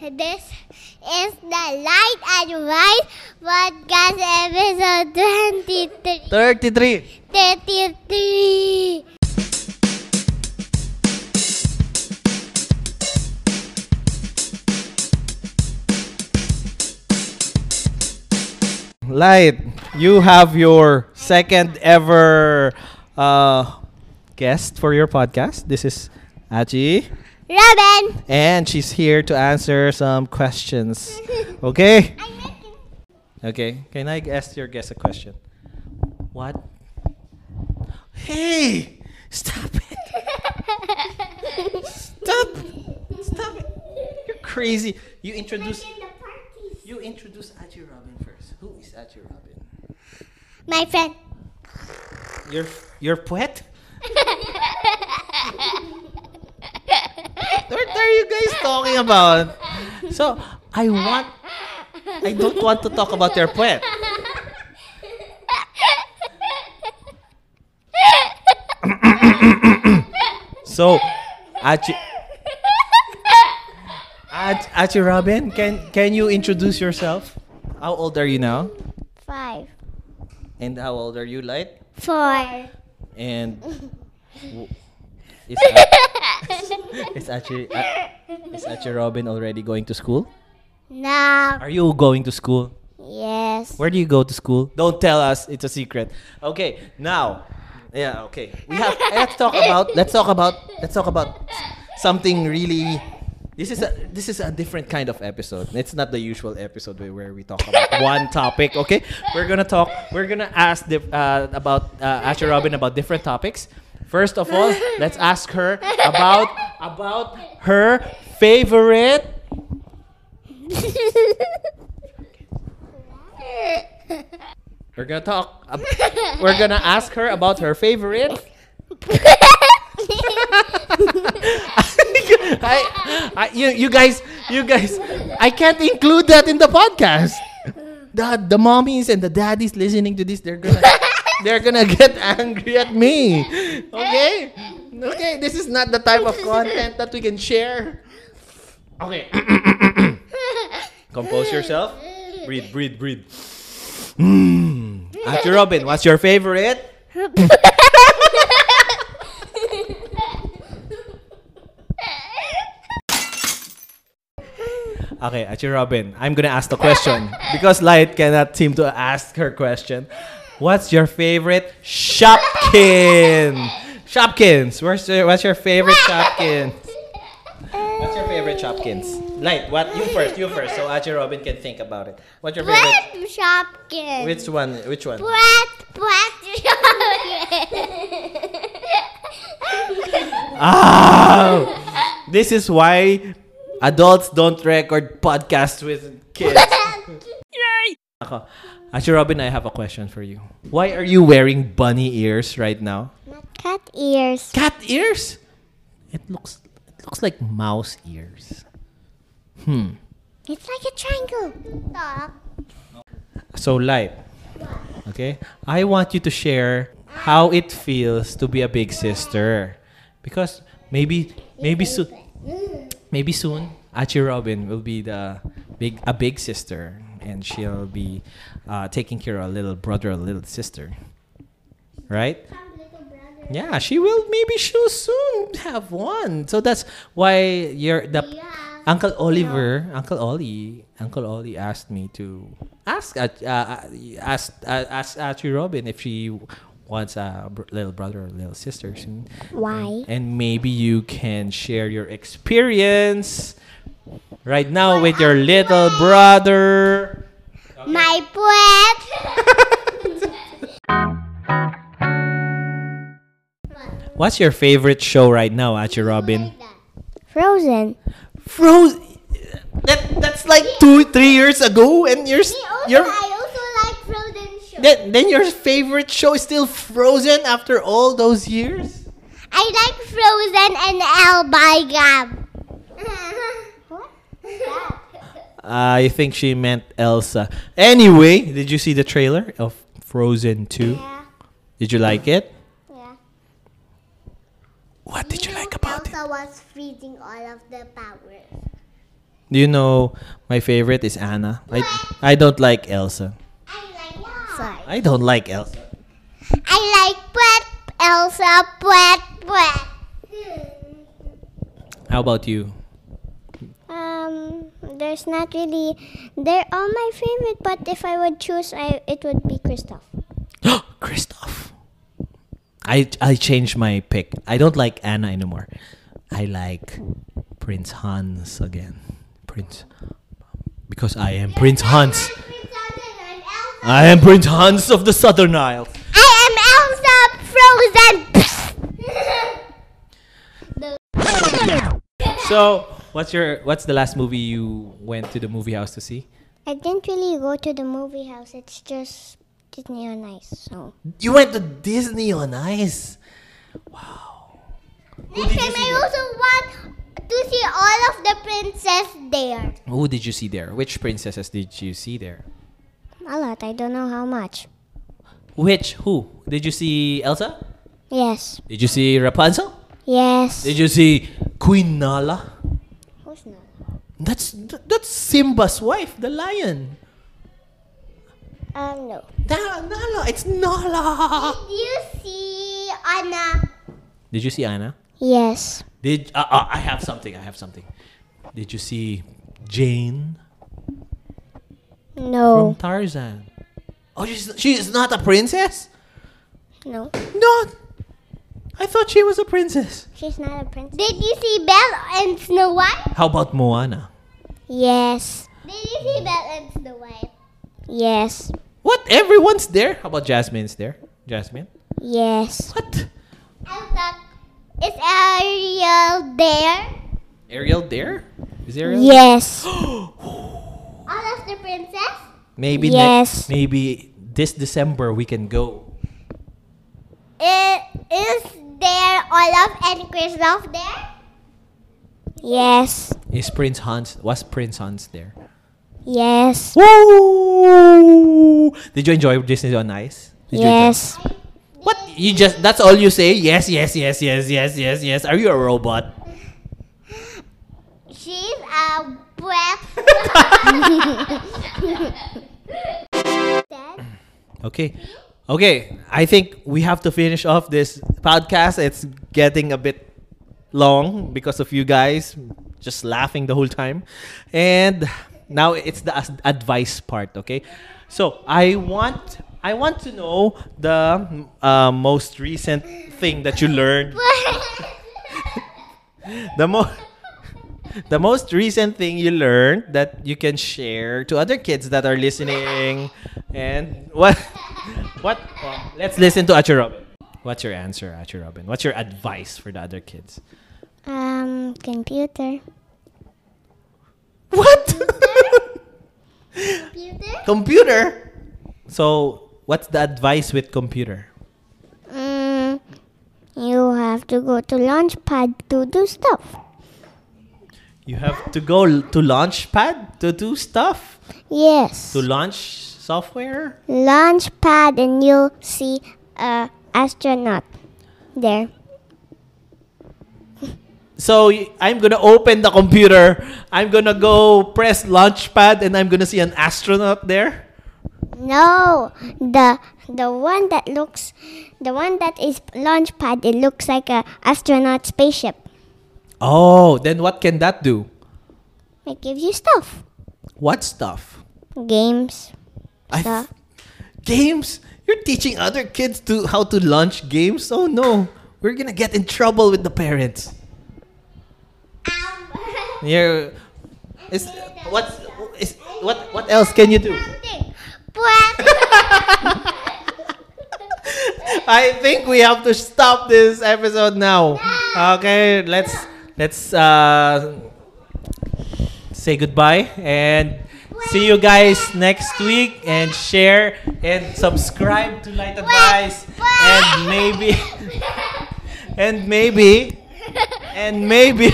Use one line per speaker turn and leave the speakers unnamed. This is the Light and Wise Podcast episode 23.
33.
33.
Light, you have your second ever uh, guest for your podcast. This is Achi,
Robin.
and she's here to answer some questions. Okay?
I'm making.
Okay. Can I ask your guest a question? What? Hey! Stop it! Stop! Stop it! You're crazy. You introduce you introduce Achi Robin first. Who is Achi Robin?
My friend.
Your your poet? What are you guys talking about? So I want I don't want to talk about your poet. So Achi Ach, Achi Robin, can can you introduce yourself? How old are you now?
Five.
And how old are you, Light?
Four.
And w- is A- is Achi A- is Achi Robin already going to school?
Now.
Are you going to school?
Yes.
Where do you go to school? Don't tell us. It's a secret. Okay, now. Yeah, okay. We have let's talk about let's talk about let's talk about something really this is a this is a different kind of episode. It's not the usual episode where- where we talk about one topic, okay? We're going to talk we're going to ask the, uh, about uh, Asher Robin about different topics. First of all, let's ask her about about her favorite We're gonna talk. ab- we're gonna ask her about her favorite. I, I, you, you guys, you guys, I can't include that in the podcast. The the mommies and the daddies listening to this, they're gonna they're gonna get angry at me. Okay, okay, this is not the type of content that we can share. Okay, compose yourself. Breathe, breathe, breathe. Mm. Ate Robin, what's your favorite? Okay, Ate Robin, I'm gonna ask the question because Light cannot seem to ask her question. What's your favorite Shopkin? Shopkins, where's your, what's your favorite Shopkins? What's your favorite Shopkins? Light, what you first, you first, so Ate Robin can think about it. What's your favorite?
Brett Shopkins.
Which one? Which one?
Brett, Brett Shopkins.
Oh, this is why adults don't record podcasts with kids. Ako, Actually, Robin, I have a question for you. Why are you wearing bunny ears right now?
Cat ears.
Cat ears? It looks it looks like mouse ears.
It's like a triangle. Dog.
So light. Okay? I want you to share how it feels to be a big sister. Because maybe maybe soon
Mm.
maybe soon Achi Robin will be the big a big sister and she'll be uh, taking care of a little brother, a little sister. Right? Yeah, she will maybe she'll soon have one. So that's why you're the
Yeah.
Uncle Oliver, Uncle Ollie, Uncle Ollie asked me to ask uh, uh, ask uh, ask Auntie Robin if she wants a br- little brother or little sister soon.
Why?
And maybe you can share your experience right now with your little brother.
My bread.
What's your favorite show right now, Auntie Robin?
Frozen.
Frozen. That, that's like two, three years ago, and you're s- you're
I also like Frozen show.
Then, then your favorite show is still Frozen after all those years?
I like Frozen and El by Gab.
I think she meant Elsa. Anyway, did you see the trailer of Frozen 2?
yeah,
Did you like it?
yeah.
What did you like about it?
Elsa was freezing all of the powers.
Do you know my favorite is Anna? I I don't like Elsa.
Sorry.
I don't like Elsa.
I like bread, Elsa, bread, bread.
How about you?
Um, there's not really. They're all my favorite, but if I would choose, I it would be Kristoff.
Kristoff. I I changed my pick. I don't like Anna anymore. I like Prince Hans again. Prince because I am Prince Hans. I am Prince Hans of the Southern Isles.
I am Elsa Frozen.
So, what's your what's the last movie you went to the movie house to see?
I didn't really go to the movie house. It's just Disney on Ice. So
You went to Disney on Ice.
Next time I also want to see all of the princess there.
Who did you see there? Which princesses did you see there?
a lot. I don't know how much.
Which who? Did you see Elsa?
Yes.
Did you see Rapunzel?
Yes.
Did you see Queen Nala?
Who's not?
That's th- that's Simba's wife, the lion.
Um, no.
Nala, Nala, it's Nala.
Did you see Anna?
Did you see Anna?
Yes.
Did uh, uh, I have something? I have something. Did you see Jane from
No.
Tarzan? Oh, she's she's not a princess.
No.
No, I thought she was a princess.
She's not a princess.
Did you see Belle and Snow White?
How about Moana?
Yes.
Did you see Belle and Snow White?
Yes.
What? Everyone's there. How about Jasmine's there? Jasmine.
Yes.
What?
Elsa, is Ariel there?
Ariel there? Is Ariel?
Yes.
All of the princess?
Maybe ne-
Yes.
maybe this December we can go.
Is, is there Olaf and Kristoff there?
Yes.
Is Prince Hans was Prince Hans there?
Yes.
Woo! Did you enjoy Disney on Ice? Did you enjoy-
Yes.
What? You just that's all you say? Yes, yes, yes, yes, yes, yes, yes. Are you a robot?
She's a breath. Dad,
Okay. Okay, I think we have to finish off this podcast. It's getting a bit long because of you guys just laughing the whole time. And now it's the as- advice part, okay? So, I want I want to know the uh, most recent thing that you learned the mo- the most recent thing you learned that you can share to other kids that are listening and what what oh, let's listen to Achu Robin. What's your answer, Achu Robin? What's your advice for the other kids?
Um, computer.
What?
computer?
computer. So, what's the advice with computer?
Mm, you have to go to Launchpad to do stuff.
You have to go l- to Launchpad to do stuff,
Yes.
to launch software.
Launchpad, and you'll see a astronaut there.
So y- I'm gonna open the computer. I'm gonna go press launchpad, and I'm gonna see an astronaut there.
No, the the one that looks, the one that is Launchpad. It looks like a astronaut spaceship.
Oh, then what can that do?
It gives you stuff,
What stuff?
games.
I
Stuff.
games. You're teaching other kids to how to launch games. Oh no, we're gonna get in trouble with the parents.
Um,
Yeah. Is what is what what else can you do?
something. Breath.
I think we have to stop this episode now. Okay, let's let's uh, say goodbye and see you guys next week and share and subscribe to Light Advice and maybe and maybe and maybe